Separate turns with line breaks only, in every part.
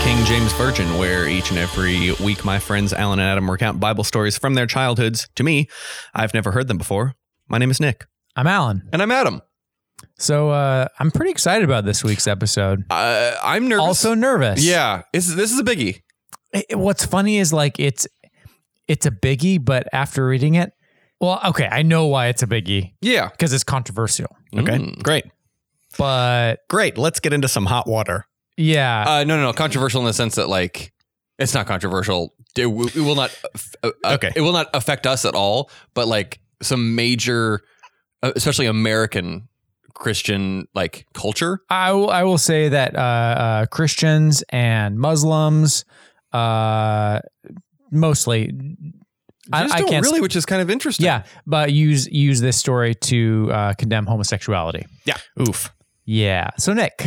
King James Virgin, where each and every week my friends Alan and Adam recount Bible stories from their childhoods to me. I've never heard them before. My name is Nick.
I'm Alan.
And I'm Adam.
So uh, I'm pretty excited about this week's episode.
Uh, I'm nervous.
Also nervous.
yeah, it's, this is a biggie.
It- it- what's funny is like it's it's a biggie, but after reading it, well, okay, I know why it's a biggie
Yeah.
because it's controversial.
Okay.
Mm.
Great.
But
Great. Let's get into some hot water.
yeah,
Uh, no, no, no. Controversial in the sense that like it's not controversial. It, w- it will not. aff- Uh, uh,
Okay.
It will not affect us at all. But like some major, uh, especially American Christian like culture.
I will, I will say that uh, uh, Christians and Muslims, uh, mostly, I,
Just
I
don't
can't.
really, which is kind of interesting.
yeah, but use use this story to uh, condemn homosexuality.
Oof.
Yeah. So Nick,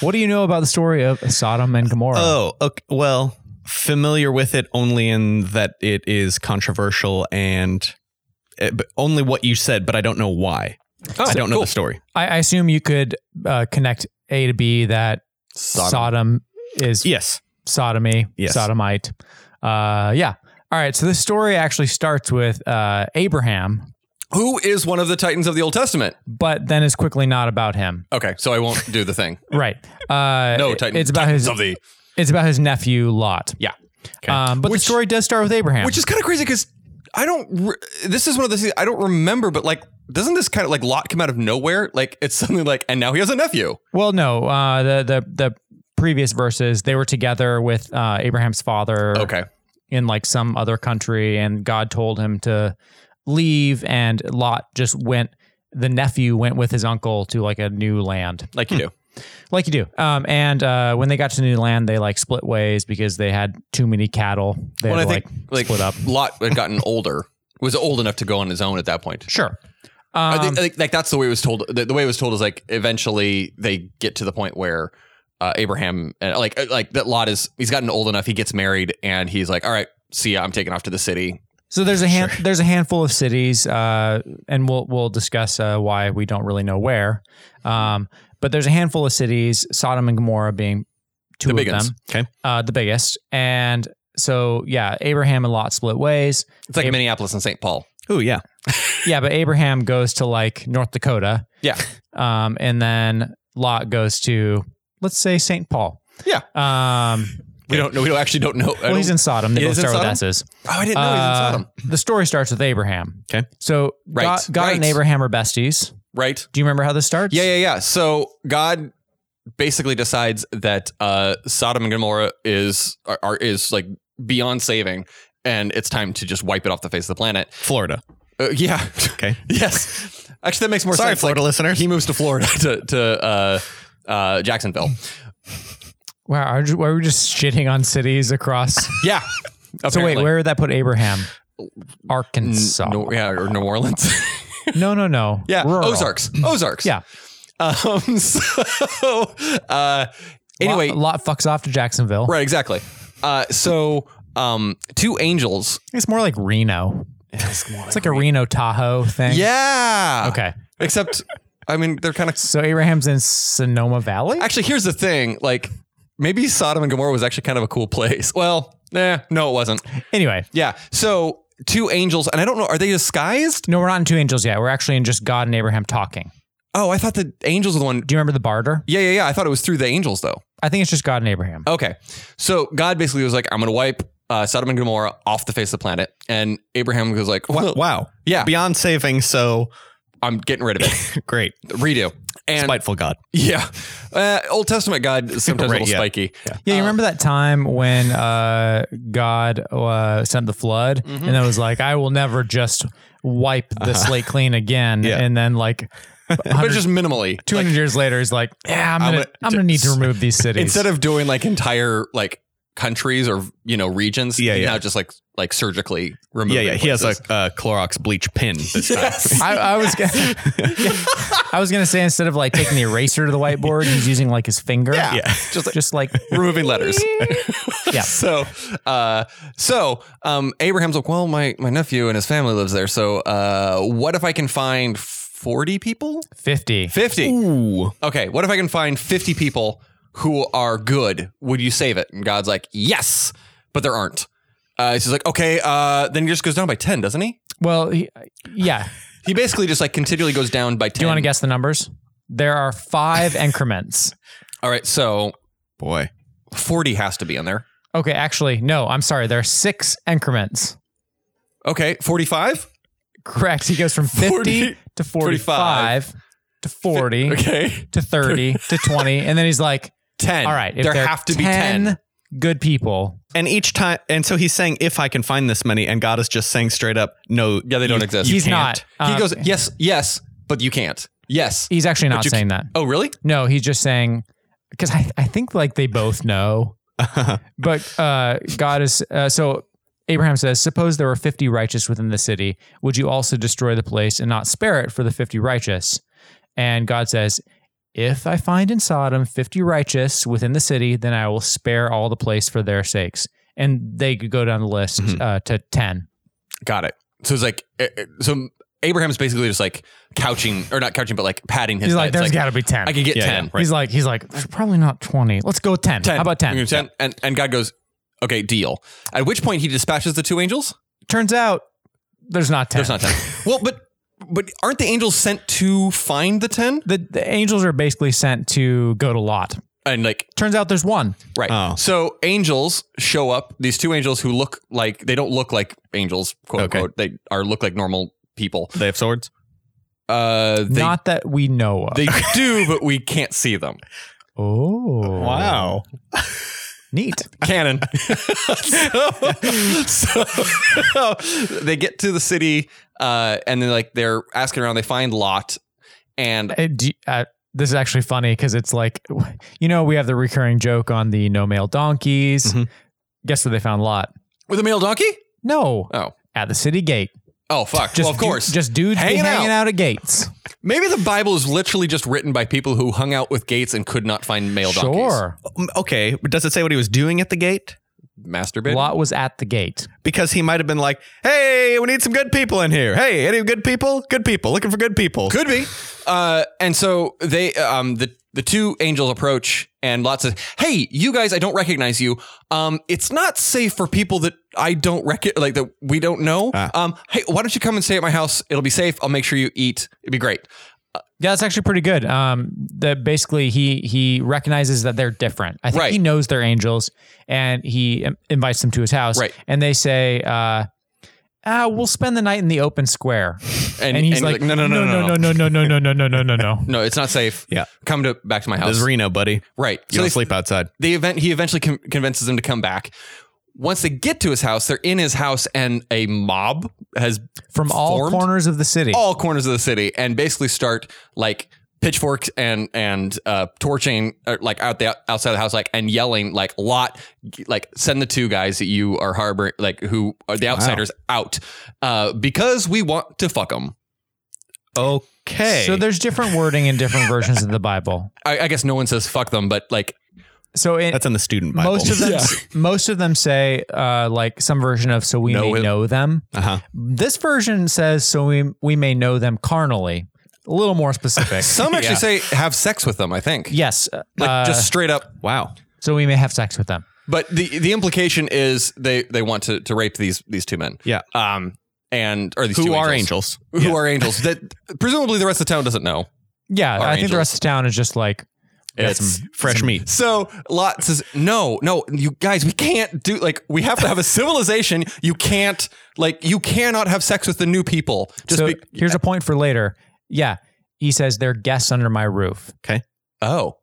what do you know about the story of Sodom and Gomorrah?
Oh, okay. Well, familiar with it only in that it is controversial and eh, but only what you said, but I don't know why.
Oh,
I don't know
cool.
the story.
I, I assume you could uh, connect A to B that Sodom,
Sodom.
is
Yes.
sodomy,
Yes.
sodomite. Uh, yeah. All right. So this story actually starts with uh, Abraham,
Who is one of the titans of the Old Testament?
but then is quickly not about him.
Okay, so I won't do the thing.
Right. Uh,
No,
it-
titan,
it's about
titans
his
of the.
it's about his nephew Lot.
Yeah.
Okay.
Um, but
Which-
the story does start with Abraham.
Which is kind of crazy because I don't. Re- this is one of the things I don't remember, but like, doesn't this kind of like Lot come out of nowhere? Like, it's suddenly like, and now he has a nephew.
well, no, uh, the the the previous verses they were together with uh, Abraham's father.
Okay.
in like some other country and God told him to leave and Lot just went the nephew went with his uncle to like a new land
Like you do.
like you do um, and uh, when they got to the new land they like split ways because they had too many cattle they
Well,
had to,
I think
like,
like,
split up
Lot had gotten older, was old enough to go on his own at that point.
sure
I
um,
think, I think, like that's the way it was told. The, the way it was told is like eventually they get to the point where uh, Abraham, uh, like uh, like that Lot is he's gotten old enough. He gets married and he's like, all right, see ya, I'm taking off to the city.
so there's a hand, there's a handful of cities uh, and we'll we'll discuss uh, why we don't really know where um, but there's a handful of cities Sodom and Gomorrah being two
The
of
big
them
ones.
uh, the biggest. And so, yeah, Abraham and Lot split ways.
It's like
Ab-
Minneapolis and St. Paul.
Oh, yeah.
Yeah, but Abraham goes to like North Dakota.
Yeah.
Um, and then Lot goes to, let's say, St. Paul.
Yeah.
Um,
We don't know. We don't actually don't know. I
well, he's
don't-
in Sodom. They
He
both
is in
start with
Sodom?
S's.
oh, I didn't know he's in
Uh,
Sodom.
The story starts with Abraham.
Okay.
So
Right,
God, God and
right.
Abraham are besties.
Right.
Do you remember how this starts?
Yeah, yeah, yeah. So God basically decides that uh, Sodom and Gomorrah is are, are is like beyond saving, and it's time to just wipe it off the face of the planet.
Florida.
Uh, yeah.
Okay.
yes. Actually, that makes more
Sorry,
sense.
Florida listeners.
He moves to Florida to to uh, uh, Jacksonville.
Wow. Are, ju- were we just shitting on cities across?
Yeah.
so, wait,
Apparently.
where would that put Abraham?
N-
Arkansas.
no, yeah, or New Orleans.
no, no, no.
yeah.
Rural.
Ozarks. Ozarks.
Yeah.
Um, so uh, anyway,
Lot, Lot fucks off to Jacksonville.
right, exactly. Uh, so um, two angels
It's more like Reno. It's like a Reno Tahoe thing.
Yeah.
Okay.
Except, I mean, they're kind of
So Abraham's in Sonoma Valley.
actually. Here's the thing: like, maybe Sodom and Gomorrah was actually kind of a cool place. Well, nah, no, it wasn't.
Anyway,
Yeah. So two angels, and I don't know, are they disguised?
no, we're not in Two Angels yet. We're actually in just God and Abraham talking.
Oh, I thought the angels were the one.
Do you remember the barter?
Yeah, yeah, yeah. I thought it was through the angels though.
I think it's just God and Abraham.
Okay. So God basically was like, "I'm going to wipe uh, Sodom and Gomorrah off the face of the planet," and Abraham goes like, "Well,
Wow.
yeah,
Beyond saving, so
I'm getting rid of it.
great.
Redo." And
Spiteful God.
yeah, uh, Old Testament God is sometimes
Right,
a little
yeah.
spiky.
Yeah, you remember that time when uh, God uh, sent the flood, and it was like, "I will never just wipe the slate clean again."
Yeah.
And then, like,
But just minimally.
two hundred years later, he's like, "Yeah, I'm gonna, I'm
gonna-
gonna, need to remove these cities."
instead of doing like entire like countries or you know regions
Yeah,
he
yeah.
now just like like surgically remove
Yeah, yeah. He has a uh, Clorox bleach pin this time.
I, I was gonna, I was gonna say instead of like taking the eraser to the whiteboard, he's using like his finger.
Yeah.
Yeah.
just like, just like
removing letters
Yeah.
so uh so um abraham's like well my my nephew and his family lives there so uh what if i can find 40 people
fifty.
50
Ooh.
okay what if i can find 50 people who are good, would you save it? And God's like, yes, but there aren't. Uh, so he's like, okay, uh, then he just goes down by 10, doesn't he?
Well, he, yeah.
He basically just like continually goes down by 10.
Do you want to guess the numbers? There are five increments.
All right, so
Boy.
40 has to be in there.
Okay, actually, no, I'm sorry. There are six increments.
Okay, 45?
Correct. He goes from 50
40,
to 45, to 40
Okay.
to 30 to 20. And then he's like,
10.
all right, if
there,
there are
have to be 10.
good people.
And each time, and so he's saying, if I can find this many, and God is just saying straight up, no.
Yeah, they don't exist.
he's
can't.
not.
he
Um,
goes, yes, yes, but you can't. Yes.
He's actually not
you
saying that.
Oh, really?
No, he's just saying, because I, I think like they both know. But uh, God is uh, so. Abraham says, "Suppose there were fifty righteous within the city. Would you also destroy the place and not spare it for the fifty righteous?" And God says, "If I find in Sodom fifty righteous within the city, then I will spare all the place for their sakes." And they could go down the list
Mm-hmm.
Mhm.
uh, to ten.
Got it. So it's like, eh, eh, so Abraham's basically just like couching, or not couching, but like patting his
He's like,
head.
"There's
It's
got to be ten.
I could get
Yeah,
10.
yeah.
He's like, "He's like, "There's probably not twenty. Let's go with ten.
10.
How about
We're
ten?
gonna do 10. And, and God goes, okay, deal. At which point he dispatches the two angels.
Turns out there's not ten.
There's not 10. well, but but aren't the angels sent to find the 10?
The, the angels are basically sent to go to Lot.
And like,
Turns out there's one.
right.
Oh.
So angels show up, these two angels who look like, they don't look like angels, quote
Okay.
unquote. They are look like normal people.
they have swords.
Uh, they,
Not that we know of.
they do, but we can't see them.
oh, neat.
Cannon. so, so they get to the city uh, and then like they're asking around. They find Lot and
Uh, do- uh, this is actually funny because it's like, you know, we have the recurring joke on the no male donkeys.
Mm-hmm.
Mhm.
Guess where they found Lot?
with a male donkey.
No,
Oh,
at the city gate.
oh fuck.
Just
well, of
du-
course.
just dudes hanging,
Hanging out.
hanging out at gates.
Maybe the Bible is literally just written by people who hung out with gates and could not find male donkeys.
Sure,
Mm, Okay. but Does it say what he was doing at the gate?
Masturbating.
Lot was at the gate.
Because he might have been like, hey, we need some good people in here. Hey, any good people? Good people. Looking for good people.
Could be. Uh, and so they, um, the the two angels approach, and Lot says, "Hey, you guys, I don't recognize you. Um, it's not safe for people that I don't rec- like that we don't know.
Ah.
Um, hey, why don't you come and stay at my house? It'll be safe. I'll make sure you eat. It'd be great.
Yeah, that's actually pretty good. Um, that basically he he recognizes that they're different. I think
Right.
he knows they're angels, and he im- invites them to his house.
Right.
and they say, uh, "Ah, we'll spend the night in the open square."
And,
And he's like,
no, no, no, no, no, no,
no, no, no, no, no, no, no, no, no.
no, it's not safe.
Yeah.
come to back to my
This
house.
is Reno, buddy.
right.
You
So
don't
they,
sleep outside.
they event. He eventually con- convinces them to come back. Once they get to his house, they're in his house, and a mob has
From all
Formed? Oh,
corners of the city.
all corners of the city and basically start like pitchforks and and uh, torching uh, like out the outside of the house like and yelling like lot like send the two guys that you are harboring like who are the outsiders out uh, because we want to fuck them.
Okay.
So there's different wording in different versions of the Bible.
I, I guess no one says fuck them, but like
So in,
That's in the student Bible.
most of them, most of them say uh, like some version of "so we
Know
may
it-
know them."
Uh-huh.
This version says "so we we may know them carnally." A little more specific.
some actually say have sex with them. I think
yes, uh,
like just straight up.
Wow.
so we may have sex with them.
But the the implication is they they want to to rape these these two men.
Yeah.
Um. And or these
Who
two
are
angels.
angels?
who are angels that presumably the rest of the town doesn't know.
Yeah, I think the
angels.
rest of town is just like we got
It's
some-
Fresh
some-
meat.
So Lot says, "No, no, you guys, we can't do like we have to have a civilization. You can't like you cannot have sex with the new people. Just
so
be-
here's a point for later. Yeah, he says they're guests under my roof.
oh, oh,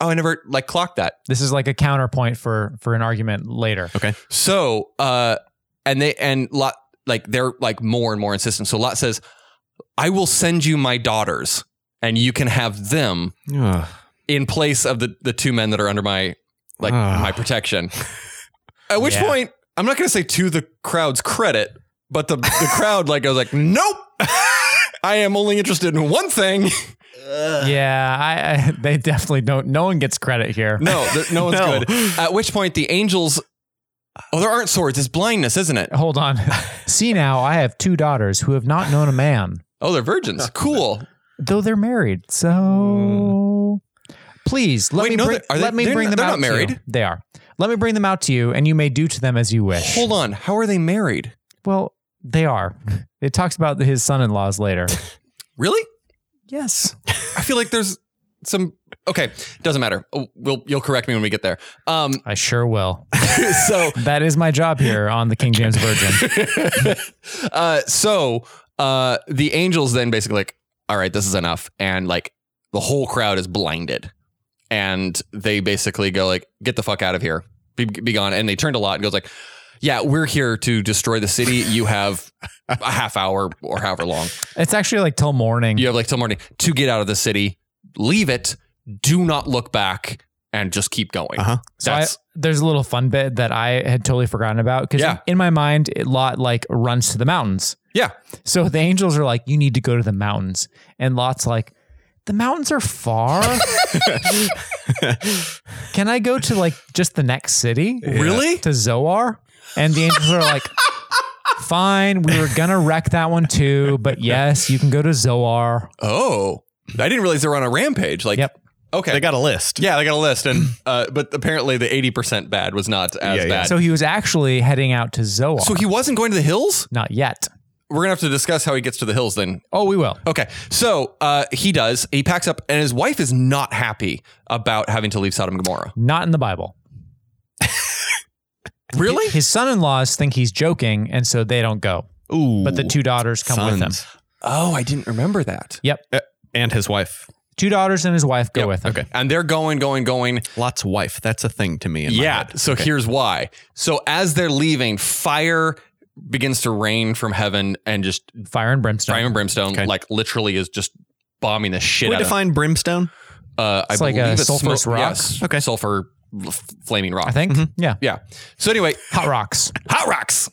I never like clocked that.
This is like a counterpoint for for an argument later.
So uh, and they and Lot like they're like more and more insistent. So Lot says, "I will send you my daughters, and you can have them in place of the the two men that are under my like
Ah.
my protection. At which
Yeah.
point, I'm not going to say to the crowd's credit, but the the crowd like goes like, nope. I am only interested in one thing.
Yeah, I, I they definitely don't. No one gets credit here.
No, there, no one's
No.
good. At which point, the angels. Oh, there aren't swords. It's blindness, isn't it?
Hold on. See now, I have two daughters who have not known a man,
Oh, they're virgins. Cool.
though they're married. So Please let
Mm. Wait,
me
no,
bring,
they- are they-
let me
they're
bring them
not- they're
out.
not married.
To you. They are. Let me bring them out to you, and you may do to them as you wish.
Hold on. How are they married?
Well, they are. It talks about his son-in-laws later.
Really?
yes.
I feel like there's some. Okay, doesn't matter. Oh, We'll you'll correct me when we get there. Um,
I sure will.
so
That is my job here on the King James Virgin.
uh, so uh, the angels then basically like, all right, this is enough, and like the whole crowd is blinded, and they basically go like, get the fuck out of here, be, be gone, and they turned to Lot and goes like, yeah, we're here to destroy the city. You have a half hour or however long
It's actually like till morning.
you have like till morning to get out of the city, leave it, do not look back, and just keep going.
Uh-huh.
So I,
That's
there's a little fun bit that I had totally forgotten about because
Yeah.
in my mind, it Lot like runs to the mountains.
Yeah.
So the angels are like, "You need to go to the mountains," and Lot's like, "The mountains are far. Can I go to like just the next city?
Really?
To Zoar?" And the angels are like, "Fine, we were gonna wreck that one too, but yes, you can go to Zoar."
oh, I didn't realize they were on a rampage. Like,
Yep.
okay,
They got a list.
Yeah, they got a list, and uh, but apparently the eighty percent bad was not as
Yeah, yeah.
bad.
So he was actually heading out to Zoar.
So he wasn't going to the hills.
Not yet.
We're gonna have to discuss how he gets to the hills then.
Oh, we will.
Okay, so uh, he does. He packs up, and his wife is not happy about having to leave Sodom and Gomorrah.
Not in the Bible.
Really?
His son-in-laws think he's joking, and so they don't go.
Ooh.
But the two daughters come with him.
sons.
Oh, I didn't remember that.
And his wife.
Two daughters and his wife go
Yep,
with him.
Okay, and they're going, going, going.
Lot's wife. That's a thing to me. In my
yeah.
head.
So here's why. So as they're leaving, fire begins to rain from heaven, and just
Fire and brimstone.
fire and brimstone,
Okay.
like literally, is just bombing the shit
Can we
out of
define brimstone?
Uh,
It's
I
like a
believe it's
sulfurous
smoke-
rock?
Yes.
Okay.
Sulfur f- flaming rock.
I think. Mm-hmm. Yeah.
Yeah. So anyway,
Hot rocks.
hot rocks.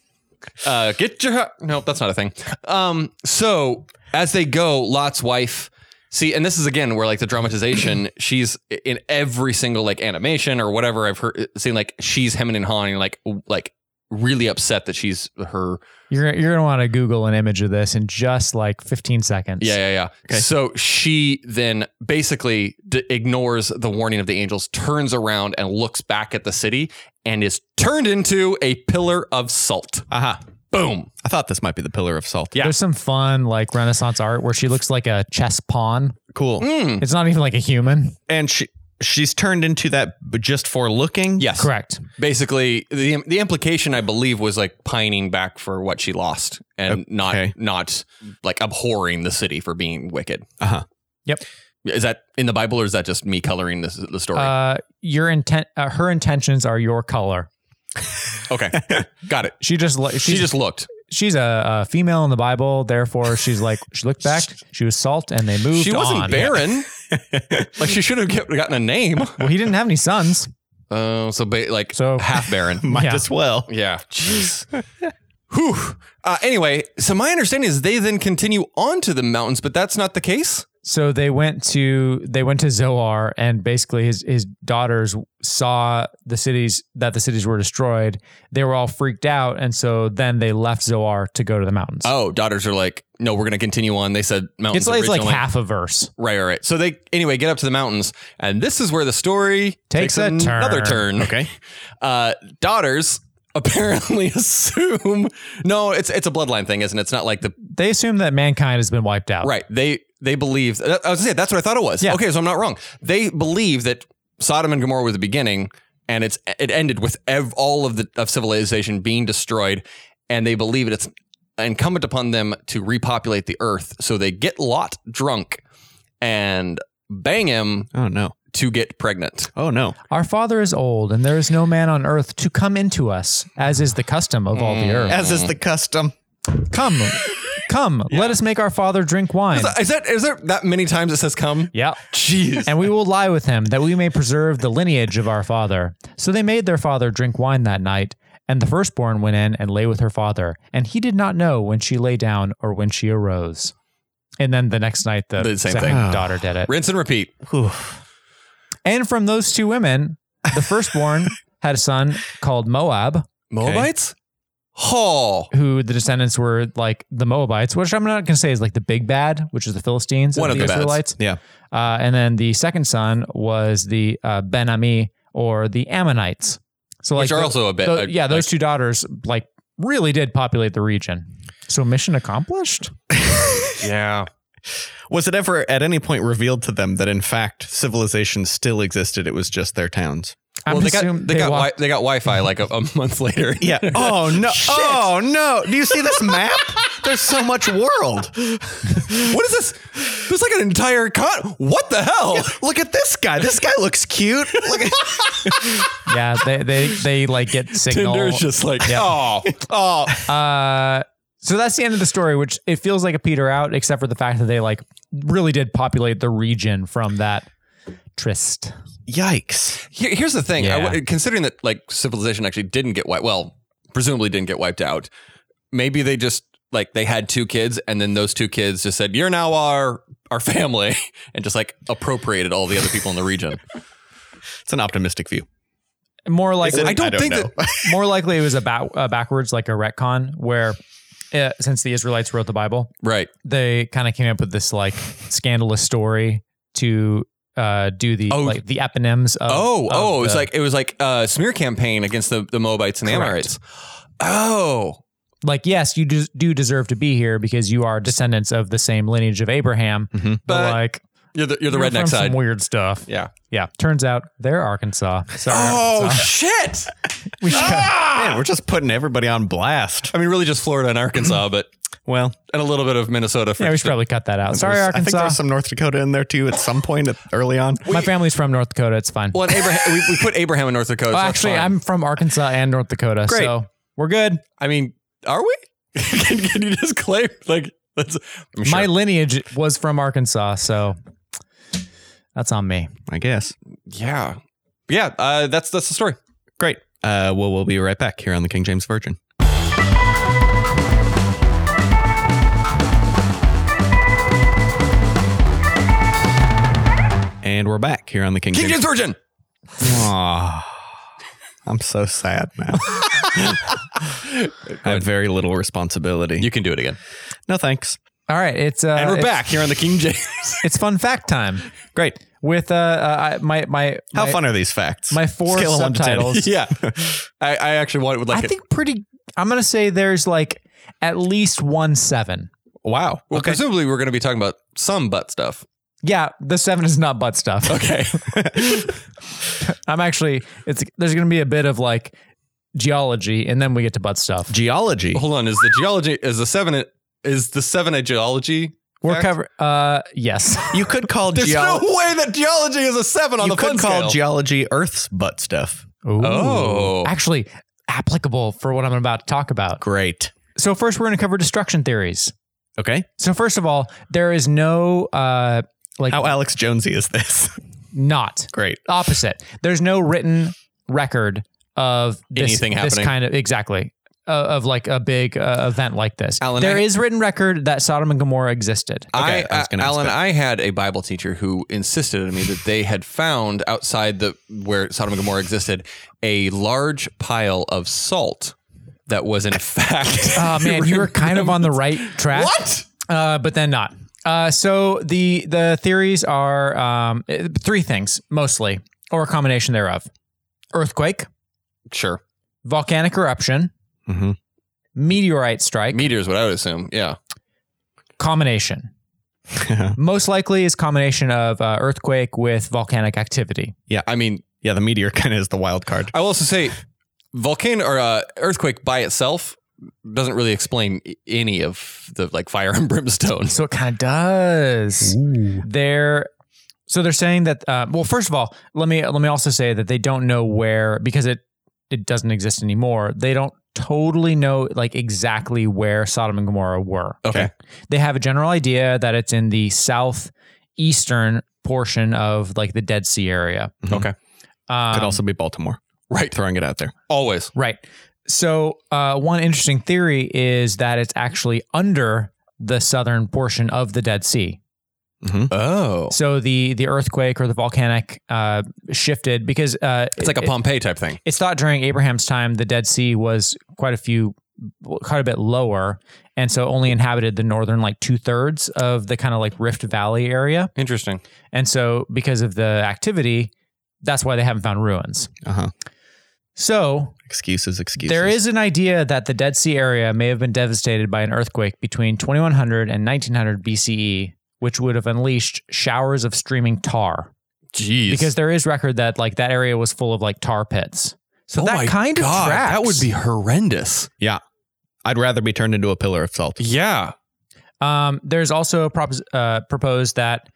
Uh, get your hot. No, that's not a thing. Um, so as they go, Lot's wife. See, and this is again where like the dramatization. she's in every single like animation or whatever I've heard. uh, Seen like she's hemming and hawing, like w- like really upset that she's her.
You're you're gonna want to Google an image of this in just like 15 seconds.
Yeah, yeah, yeah.
Okay.
So she then basically d- ignores the warning of the angels, turns around and looks back at the city, and is turned into a pillar of salt.
Aha.
Boom.
I thought this might be the pillar of salt.
Yeah.
There's some fun like Renaissance art where she looks like a chess pawn.
Cool.
Mm.
It's not even like a human.
And she she's turned into that b- just for looking.
Yes.
Correct.
Basically, the the implication I believe was like pining back for what she lost and
Okay.
not not like abhorring the city for being wicked.
Uh-huh.
Yep.
Is that in the Bible or is that just me coloring this the story?
Uh, your intent. Uh, her intentions are your color.
okay. Got it.
She just lo-
She
she's-
just looked.
she's a, a female in the Bible. Therefore, she's like she looked back. She was salt, and they moved.
She wasn't
on.
barren. like she should have kept- gotten a name.
Well, he didn't have any sons.
Oh, so ba- like
So-
half baron.
Might
Yeah.
as well.
yeah. Jeez. Whew. Uh, anyway, so my understanding is they then continue on to the mountains, but that's not the case.
So they went to they went to Zoar, and basically his his daughters saw the cities that the cities were destroyed. They were all freaked out, and so then they left Zoar to go to the mountains.
Oh, daughters are like, no, we're going to continue on. They said mountains.
it's like, it's like
originally.
half a verse.
Right, right, right. So they anyway get up to the mountains, and this is where the story
Takes a turn.
another turn.
Okay.
Uh, daughters apparently assume no, it's it's a bloodline thing, isn't it? It's not like the
They assume that mankind has been wiped out.
Right. They they believe. I was gonna say that's what I thought it was.
Yeah.
Okay, so I'm not wrong. They believe that Sodom and Gomorrah was the beginning, and it's it ended with ev- all of the of civilization being destroyed, and they believe that it's incumbent upon them to repopulate the earth. So they get Lot drunk and bang him
Oh no.
to get pregnant.
Oh no.
Our father is old, and there is no man on earth to come into us, as is the custom of all the
Mm.
earth.
As is the custom.
Come, come, let us make our father drink wine.
Is that is there that many times it says come?
yeah.
Jeez.
And we will lie with him that we may preserve the lineage of our father. So they made their father drink wine that night, and the firstborn went in and lay with her father, and he did not know when she lay down or when she arose. And then the next night, the,
The same
second
thing.
daughter did it.
Rinse and repeat.
And from those two women, the firstborn had a son called Moab,
Moabites? Oh,
who the descendants were like the Moabites, which I'm not going to say is like the big bad, which is the Philistines,
One
of
of the bads.
Israelites.
Yeah.
Uh, and then the second son was the uh, Ben Ami or the Ammonites. So like,
which are
tho-
also a bit.
tho-
uh,
yeah, those two daughters like really did populate the region. So mission accomplished.
like- yeah.
Was it ever at any point revealed to them that in fact civilization still existted? It was just their towns.
I'm
Well, they got they,
assuming
got
walked-
wi- they got Wi-Fi like a, a month later.
Yeah. Oh no. oh no. Do you see this map? There's so much world.
What is this? There's like an entire con. What the hell?
Look at this guy. This guy looks cute. Look at
yeah, they they they like get signal.
just like oh oh.
Uh, so that's the end of the story, which it feels like a peter out, except for the fact that they like really did populate the region from that tryst.
Yikes.
Here, here's the thing. I w-
Yeah.
considering that like civilization actually didn't get wiped, well, presumably didn't get wiped out. Maybe they just like they had two kids, and then those two kids just said, "You're now our our family," and just like appropriated all the other people in the region.
It's an optimistic view.
More
Is
likely,
it?
I don't think that-
more likely it was a ba- uh, backwards, like a retcon, where uh, since the Israelites wrote the Bible,
Right.
they kind of came up with this like scandalous story to uh, do the
Oh.
like the eponyms. Of,
Oh,
of
oh, it was
the-
like it was like a smear campaign against the the Moabites and the
Correct.
Amorites. Oh,
like yes, you do, do deserve to be here because you are descendants of the same lineage of Abraham,
Mhm.
but,
Mm-hmm. But-
like.
you're the you're the
You're
redneck
from
side.
Some weird stuff.
Yeah.
Yeah. Turns out they're Arkansas. Sorry.
Oh
Arkansas.
shit!
We should-
Man, we're just putting everybody on blast.
I mean, really, just Florida and Arkansas, but
Well,
and a little bit of Minnesota. For
Mm-hmm. yeah, we should probably cut that out. Sorry,
there's- I think
Arkansas.
there's some North Dakota in there too at some point at- early on.
My family's from North Dakota. It's fine.
Well, and Abraham, we, we put Abraham in North Dakota.
Oh,
so that's
actually,
fine.
I'm from Arkansas and North Dakota,
Great.
so we're good.
I mean, are we? can, can you just claim like that's I'm sure.
My lineage was from Arkansas, so that's on me.
I guess.
yeah yeah? Uh, that's that's the story.
Great. Uh, well, we'll be right back here on the King James Virgin. And we're back here on the King,
King
James.
James Virgin.
Aw. I'm so sad now. I have very little responsibility.
You can do it again.
no thanks.
All right, it's uh,
and we're
it's,
back here on the King James.
It's fun fact time
Great.
with uh, uh I- my my
How
my,
fun are these facts?
my four
Scale of one to ten.
subtitles.
yeah, I, I actually want would like.
I
it.
think pretty. I'm gonna say there's like at least one seven.
Wow.
Well,
okay.
presumably we're going to be talking about some butt stuff.
Yeah, the seven is not butt stuff.
Okay.
I'm actually. It's there's gonna be a bit of like geology, and then we get to butt stuff.
Geology.
Hold on. Is the geology is the seven is the seven a geology?
We're
fact?
cover. Uh, yes.
You could call
There's
geology.
no way that geology is a seven on
you
the fun
could call
scale.
geology Earth's butt stuff.
Oh.
Ooh. actually applicable for what I'm about to talk about.
Great.
So first, we're gonna cover destruction theories.
Okay.
So first of all, there is no uh like
How Alex Jonesy is this?
not
Great.
opposite. There's no written record of this,
Anything
This
happening.
kind of exactly uh, of like a big uh, event like this. There
Alan, Uh,
is
I-
written record that Sodom and Gomorrah existed.
Okay,
I,
I was gonna ask
Alan,
that.
I had a Bible teacher who insisted on me that they had found outside the where Sodom and Gomorrah existed a large pile of salt that was in fact.
Oh man, you were kind of on the right track.
what?
Uh, but then not. Uh, so the the theories are um, eh, three things mostly, or a combination thereof: earthquake,
Sure,
volcanic eruption,
Mm-hmm.
meteorite strike.
meteors. What I would assume. Yeah,
combination.
Mm-hmm.
Most likely is combination of uh, earthquake with volcanic activity.
I mean,
yeah, the meteor kind of is the wild card.
I will also say, volcano or uh, earthquake by itself doesn't really explain i- any of the like fire and brimstone.
So it kind of does. They're so they're saying that. Uh, well, first of all, let me let me also say that they don't know where because it it doesn't exist anymore. They don't totally know like exactly where Sodom and Gomorrah were.
Okay.
They have a general idea that it's in the southeastern portion of like the Dead Sea area.
Mhm.
Okay.
Um,
Could also be Baltimore.
right.
Throwing it out there.
Always.
Right. So, uh, one interesting theory is that it's actually under the southern portion of the Dead Sea.
Oh,
So the the earthquake or the volcanic uh, shifted because uh,
it's like a
it-
Pompeii type thing.
it's thought during Abraham's time the Dead Sea was quite a few quite a bit lower, and so only inhabited the northern like two thirds of the kind of like Rift Valley area.
Interesting.
And so, because of the activity, that's why they haven't found ruins.
Uh-huh.
So,
Excuses, excuses.
there is an idea that the Dead Sea area may have been devastated by an earthquake between 2100 and 1900 BCE, E, which would have unleashed showers of streaming tar.
Jeez.
Because there is record that like that area was full of like tar pits. So that kind of tracks.
that would be horrendous.
I'd rather be turned into a pillar of salt.
Yeah.
Um, there's also propos- uh, proposed that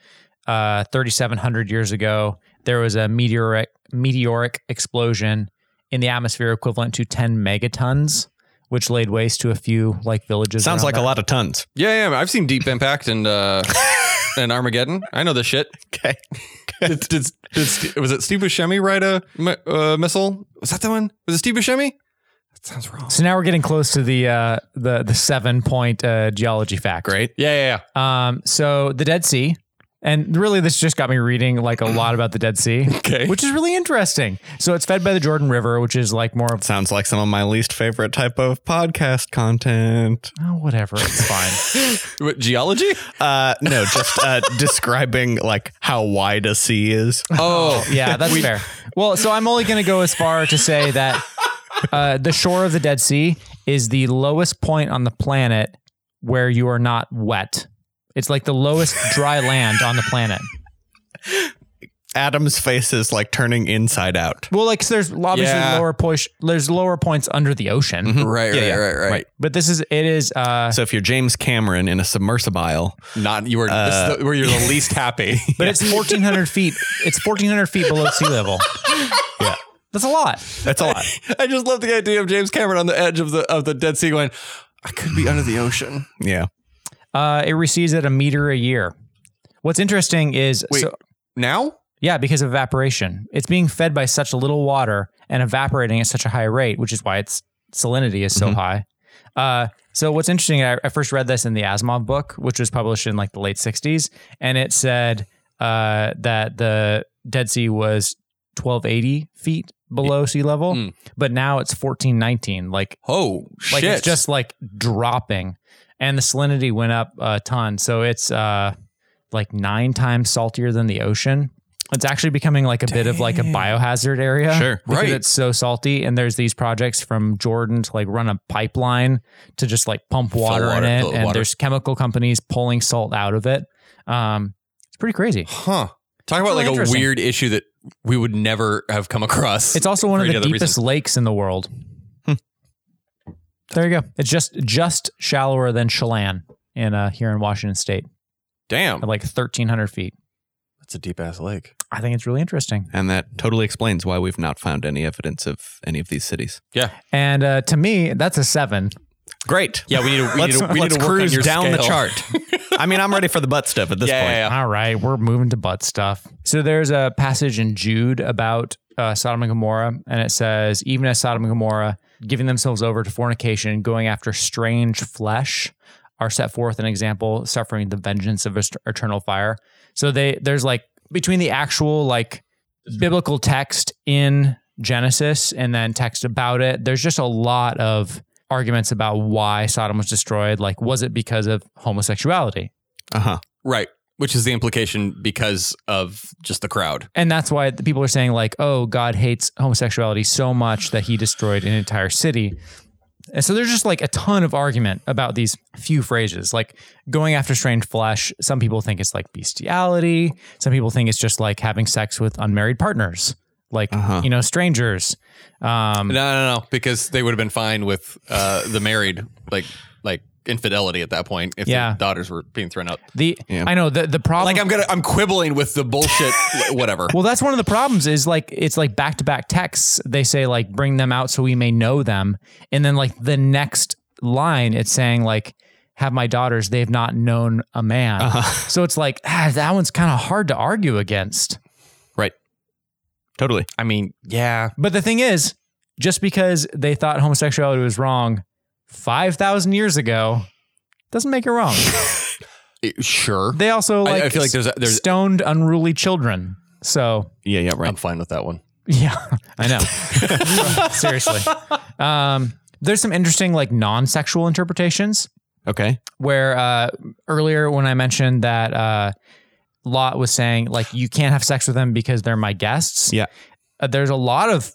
uh, 3,700 years ago there was a meteoric meteoric explosion in the atmosphere equivalent to 10 megatons, which laid waste to a few like villages.
Sounds
around
like
that.
a lot of tons.
Yeah, yeah. I've seen Deep Impact and uh and Armageddon. I know this shit.
Okay.
Did, did, did, Ste- was it Steve Buscemi write a mi- uh, missile? Was that the one? Was it Steve Buscemi? That sounds wrong.
So now we're getting close to the uh, the the seven point uh, geology fact.
Great.
Yeah, yeah, yeah.
Um, so the Dead Sea, and really this just got me reading like a lot about the Dead Sea,
Okay.
which is really interesting. So it's fed by the Jordan River, which is like more of
Sounds like some of my least favorite type of podcast content.
oh, whatever. It's fine.
What, geology?
Uh, no, just uh, describing like how wide a sea is.
Oh,
Yeah, that's fair. Well, so I'm only going to go as far to say that uh, the shore of the Dead Sea is the lowest point on the planet where you are not wet. It's like the lowest dry land on the planet.
Adam's face is like turning inside out.
Well, like 'cause there's obviously
Yeah.
lower push. There's lower points under the ocean,
right, right,
Yeah, yeah.
right, right,
but this is it is. Uh,
So if you're James Cameron in a submersible, uh,
Not you were this is the, where you're the least happy.
but it's 1,400 feet. It's 1,400 feet below sea level.
Yeah.
that's a lot.
that's a lot.
I just love the idea of James Cameron on the edge of the of the Dead Sea going, I could be under the ocean.
Yeah.
Uh, it recedes at a meter a year. What's interesting is
Wait,
so-
now?
yeah, because of evaporation, it's being fed by such little water and evaporating at such a high rate, which is why its salinity is so
Mhm.
high. Uh, so what's interesting, I, I first read this in the Asimov book, which was published in like the late '60s, and it said uh, that the Dead Sea was 1280 feet below sea level,
Mm.
but now it's 1419. Like
Oh
like
shit!
it's just like dropping and the salinity went up a ton so it's uh like nine times saltier than the ocean it's actually becoming like a bit of like a
Damn.
biohazard area
Sure.
because
Right.
it's so salty and there's these projects from jordan to like run a pipeline to just like pump water,
water-
in it
fill
and
water.
there's chemical companies pulling salt out of it um it's pretty crazy
huh? Talk about
really
like a
interesting.
weird issue that we would never have come across.
it's also one
For
of the
any other
deepest lakes in the world there you go it's just just shallower than chelan in uh here in washington state
damn.
at like 1300 feet.
That's a deep ass lake.
I think it's really interesting.
And that totally explains why we've not found any evidence of any of these cities.
And uh, to me, that's a seven.
Great.
Yeah, we need to we
Let's-
need to, we
let's
need to work on
cruise
your
down the
scale.
chart. I mean, I'm ready for the butt stuff at this
Yeah,
point.
yeah,
All right, we're moving to butt stuff. So there's a passage in Jude about uh, Sodom and Gomorrah, and it says, even as Sodom and Gomorrah, giving themselves over to fornication, going after strange flesh, are set forth an example, suffering the vengeance of est- eternal fire. So they there's like between the actual like biblical text in Genesis and then text about it. There's just a lot of arguments about why Sodom was destroyed. Like, was it because of homosexuality?
Uh huh.
Right. Which is the implication because of just the crowd.
And that's why the people are saying, like, oh, God hates homosexuality so much that he destroyed an entire city. And so there's just like a ton of argument about these few phrases, like going after strange flesh. Some people think it's like bestiality. Some people think it's just like having sex with unmarried partners, like,
Uh-huh.
you know, strangers. Um,
No, no, no, because they would have been fine with uh, the married like like infidelity at that point if
Yeah.
their daughters were being thrown out.
the,
Yeah.
I know the, the problem.
Like I'm gonna I'm quibbling with the bullshit whatever.
Well, that's one of the problems is like it's like back to back texts. They say like bring them out so we may know them, and then like the next line it's saying like have my daughters they've not known a man.
Uh-huh.
So it's like ah, that one's kind of hard to argue against.
Totally.
I mean, yeah.
But the thing is, just because they thought homosexuality was wrong five thousand years ago, doesn't make it wrong.
It- sure.
they also
I-
like
I feel like there's a- there's-
stoned unruly children. So
Yeah, yeah,
I'm
right.
fine with that one.
Yeah, I know. Seriously. Um, There's some interesting like non-sexual interpretations
Okay.
where uh, earlier when I mentioned that uh, Lot was saying like you can't have sex with them because they're my guests.
Yeah.
uh, there's a lot of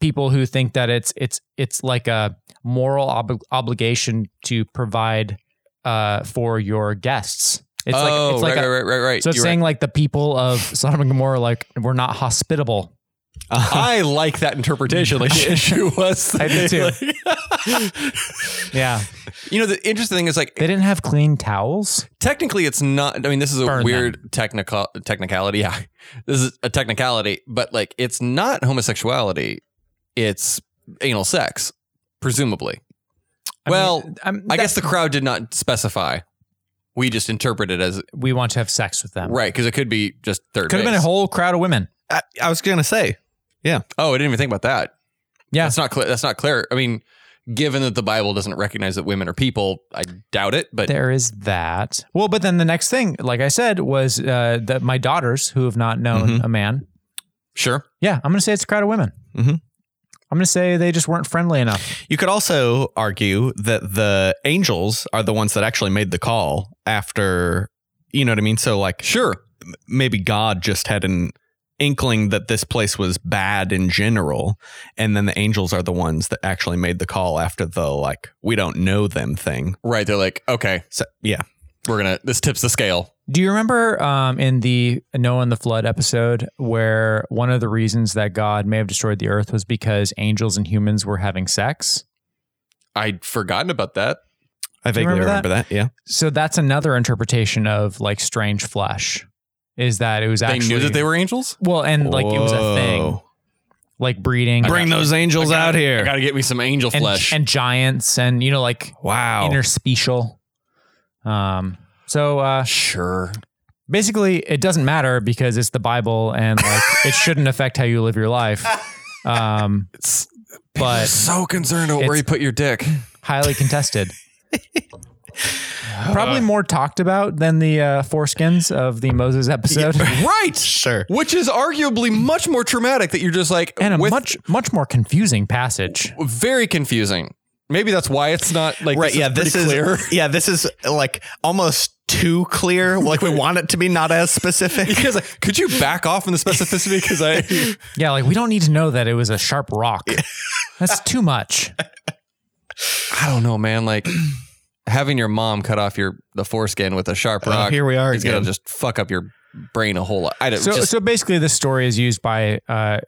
people who think that it's it's it's like a moral ob- obligation to provide uh, for your guests. It's like
oh,
it's like
right,
a,
right, right, right, right.
so it's
You're
saying like the people of Sodom and Gomorrah like we're not hospitable.
Uh,
right. I like that interpretation. Like she, she was.
I do too. Yeah,
you know, the interesting thing is like
they didn't have clean towels.
technically it's not i mean this is a
Burn them.
weird technical technicality yeah this is a technicality but like it's not homosexuality it's anal sex presumably
I
well
mean, I'm-
i guess the crowd did not specify we just interpret it as
we want to have sex with them.
right because it could be just third
Could have been a
base.
whole crowd of women.
I, I was gonna say
oh i didn't even think about that
Yeah.
that's not clear that's not clear i mean given that the bible doesn't recognize that women are people i doubt it but
There is that. Well, but then the next thing, like I said, was uh, that my daughters who have not known
Mm-hmm.
Mhm.
a man.
sure
Yeah, I'm going to say it's a crowd of women.
Mm-hmm.
Mhm.
I'm going to say they just weren't friendly enough.
you could also argue that the angels are the ones that actually made the call after. You know what I mean? So like
sure
maybe God just had an inkling that this place was bad in general, and then the angels are the ones that actually made the call after the like we don't know them thing.
right they're like okay
So yeah,
we're gonna this tips the scale
Do you remember um, in the Noah and the flood episode where one of the reasons that God may have destroyed the earth was because angels and humans were having sex?
I'd forgotten about that.
I
Do you
vaguely remember,
remember
that? Yeah,
So that's another interpretation of like strange flesh is that it was actually
they knew that they were angels.
well and like it was a thing
Whoa.
like breeding
Bring those angels
I gotta-
out here.
I gotta get me some angel
and,
flesh.
and giants and you know like
wow.
interspecial. Um, so uh,
sure.
basically, it doesn't matter because it's the Bible and like it shouldn't affect how you live your life. Um,
It's
But-
so concerned about
It's-
where you put your dick.
highly contested. Probably
Uh.
more talked about than the uh, foreskins of the Moses episode,
right.
sure.
Which is arguably much more traumatic that you're just like
and a
with-
much much more confusing passage.
very confusing. Maybe that's why it's not like
right.
This
yeah.
is
This
pretty
is
clear.
yeah. This is like almost too clear. Like we want it to be not as specific.
Because like, could you back off on the specificity? Because I
Yeah, like we don't need to know that it was a sharp rock. That's too much.
Oh,
I don't know, man. Like having your mom cut off your the foreskin with a sharp rock.
here we are
It's gonna
again.
just fuck up your brain Uh, a whole lot. I don't.
So,
just,
so basically, this story is used by uh,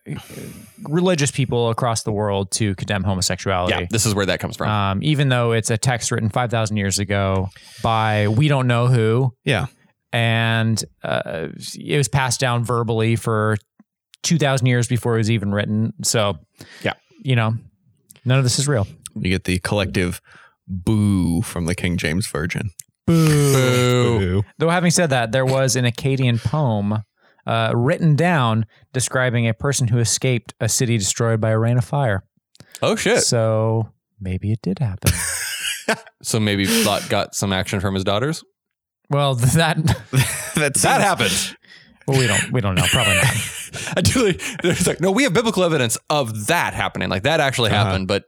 religious people across the world to condemn homosexuality.
yeah, this is where that comes from.
Um, even though it's a text written 5,000 years ago by we don't know who,
Yeah.
and uh, it was passed down verbally for 2,000 years before it was even written. So,
Yeah.
you know, none of this is real.
You get the collective boo from the King James Version.
Boo.
Boo.
Though, having said that, there was an Akkadian poem uh, written down describing a person who escaped a city destroyed by a rain of fire.
Oh shit!
So maybe it did happen.
So maybe Lot got some action from his daughters.
well, that
That's
That happened.
well, we don't we don't know. Probably not.
I do. There's like no, we have biblical evidence of that happening. Like that actually
Uh-huh.
happened, but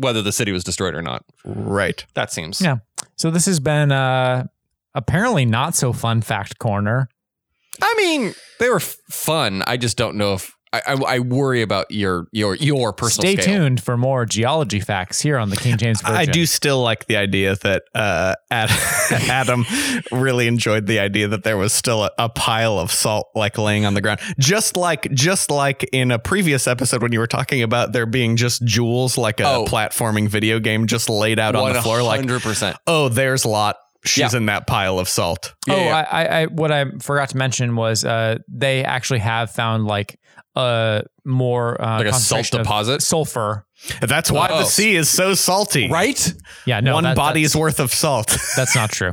whether the city was destroyed or not,
Right.
that seems.
Yeah. So this has been uh, apparently not so fun fact corner.
I mean, they were f- fun. I just don't know if I, I, I worry about your your your personal.
Stay
scale.
tuned for more geology facts here on the King James Version.
I do still like the idea that uh, Ad- Adam really enjoyed the idea that there was still a, a pile of salt like laying on the ground, just like just like in a previous episode when you were talking about there being just jewels like a
Oh.
platforming video game just laid out on the floor. Like,
100%.
oh, there's Lot. She's
Yeah.
in that pile of salt.
Yeah,
oh,
yeah.
I, I, I what I forgot to mention was uh, they actually have found like a more uh,
Like a salt
concentration of
deposit?
sulfur.
That's why
Oh.
the sea is so salty.
right?
Yeah, no,
One
that-
body's worth of salt.
That's not true.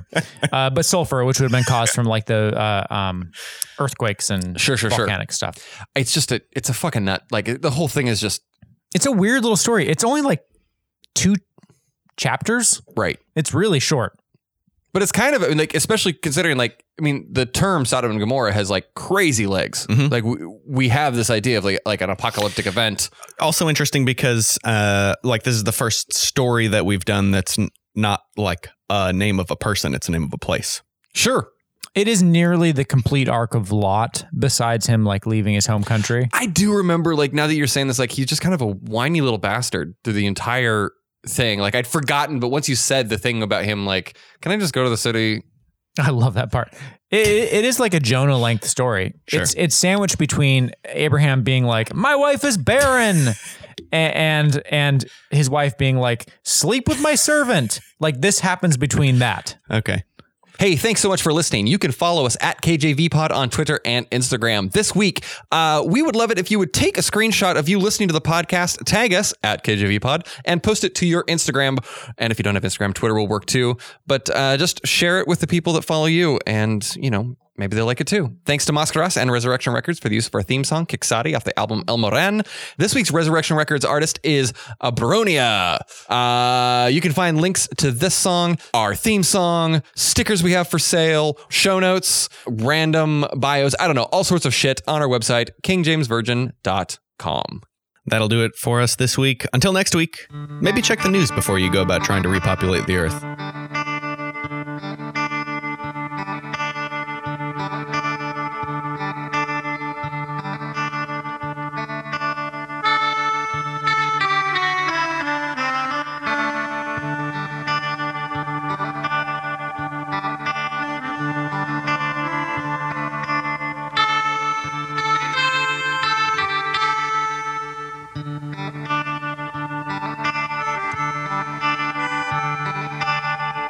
Uh, but sulfur, which would have been caused from like the uh, um, earthquakes and
Sure, sure, sure.
volcanic stuff.
It's just a it's a fucking nut. Like it- the whole thing is just
It's a weird little story. It's only like two chapters.
right.
It's really short.
But it's kind of I mean, like, especially considering, like, I mean, the term Sodom and Gomorrah has like crazy legs.
Mhm.
Like, we, we have this idea of like, like an apocalyptic event.
also interesting because uh like this is the first story that we've done that's n- not like a name of a person it's a name of a place
Sure.
It is nearly the complete arc of Lot, besides him like leaving his home country.
I do remember, like, now that you're saying this, like, he's just kind of a whiny little bastard through the entire thing. Like, I'd forgotten, but once you said the thing about him, like, can I just go to the city?
I love that part. It, it- it is like a Jonah length story.
Sure.
It's it's sandwiched between Abraham being like, "My wife is barren," a- and and his wife being like, "Sleep with my servant." Like this happens between that.
okay
Hey, thanks so much for listening. You can follow us at KJV Pod on Twitter and Instagram. This week, uh, we would love it if you would take a screenshot of you listening to the podcast, tag us at KJV Pod, and post it to your Instagram. And if you don't have Instagram, Twitter will work too. But uh, just share it with the people that follow you, and you know maybe they'll like it too. Thanks to Mascaras and Resurrection Records for the use of our theme song "Kixati" off the album El Moran. This week's Resurrection Records artist is Abronia. Uh, you can find links to this song, our theme song, stickers we have for sale, show notes, random bios, I don't know, all sorts of shit on our website, kingjamesvirgin.com.
that'll do it for us this week until next week maybe check the news before you go about trying to repopulate the earth
Thank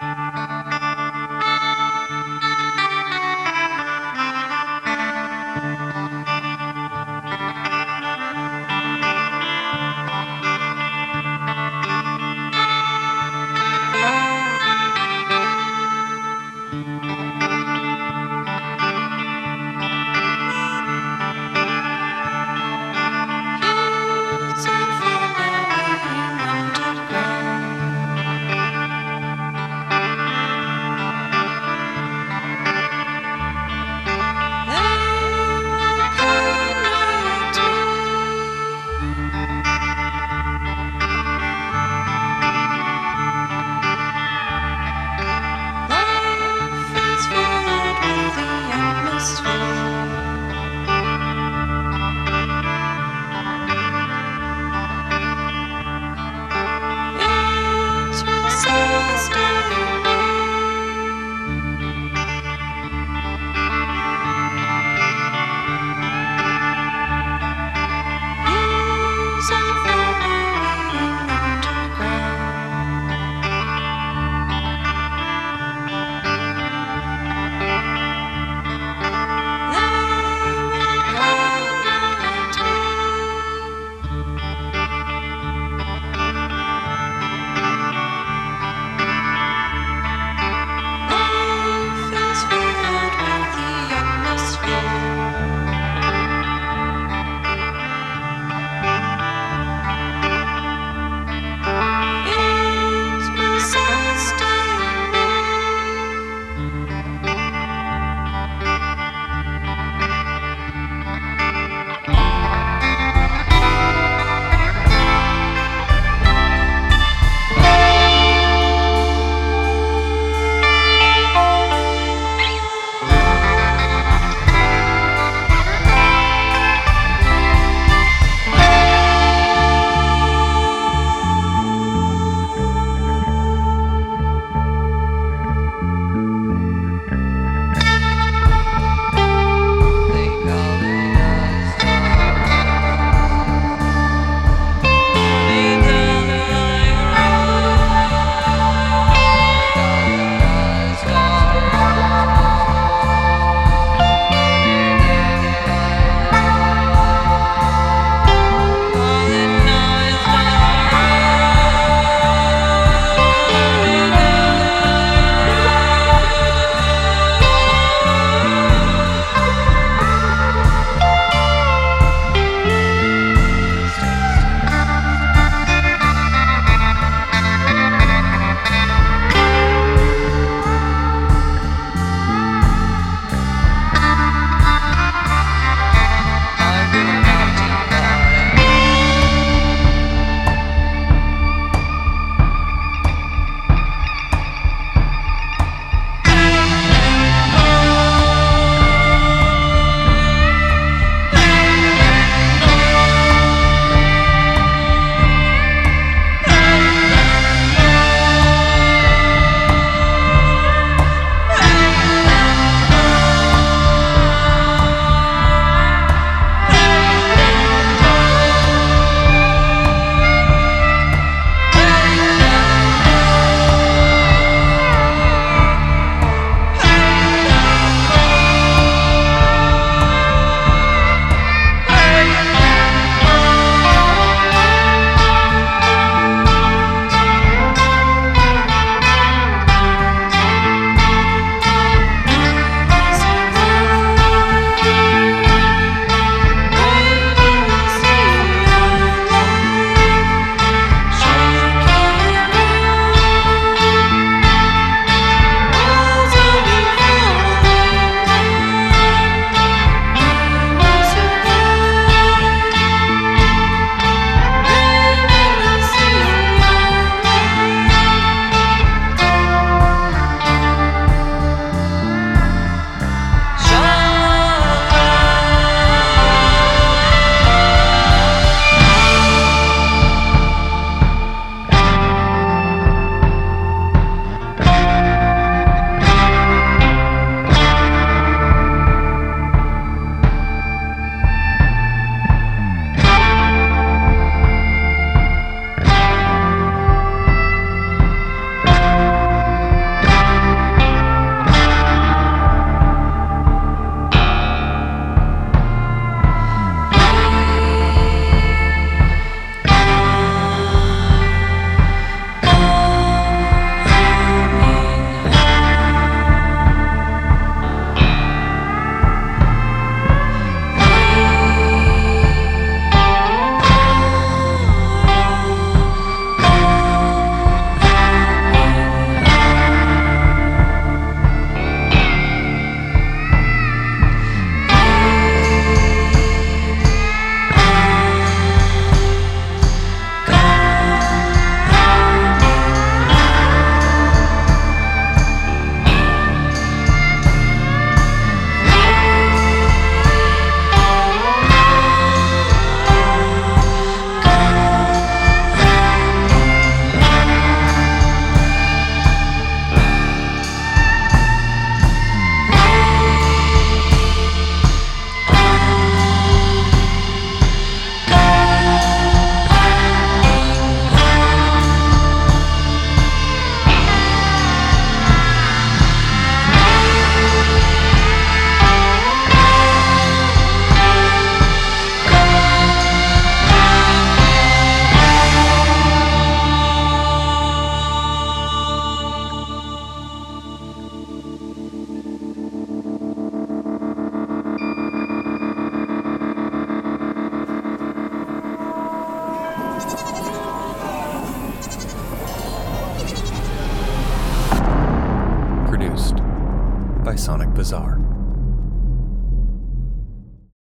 Bazaar.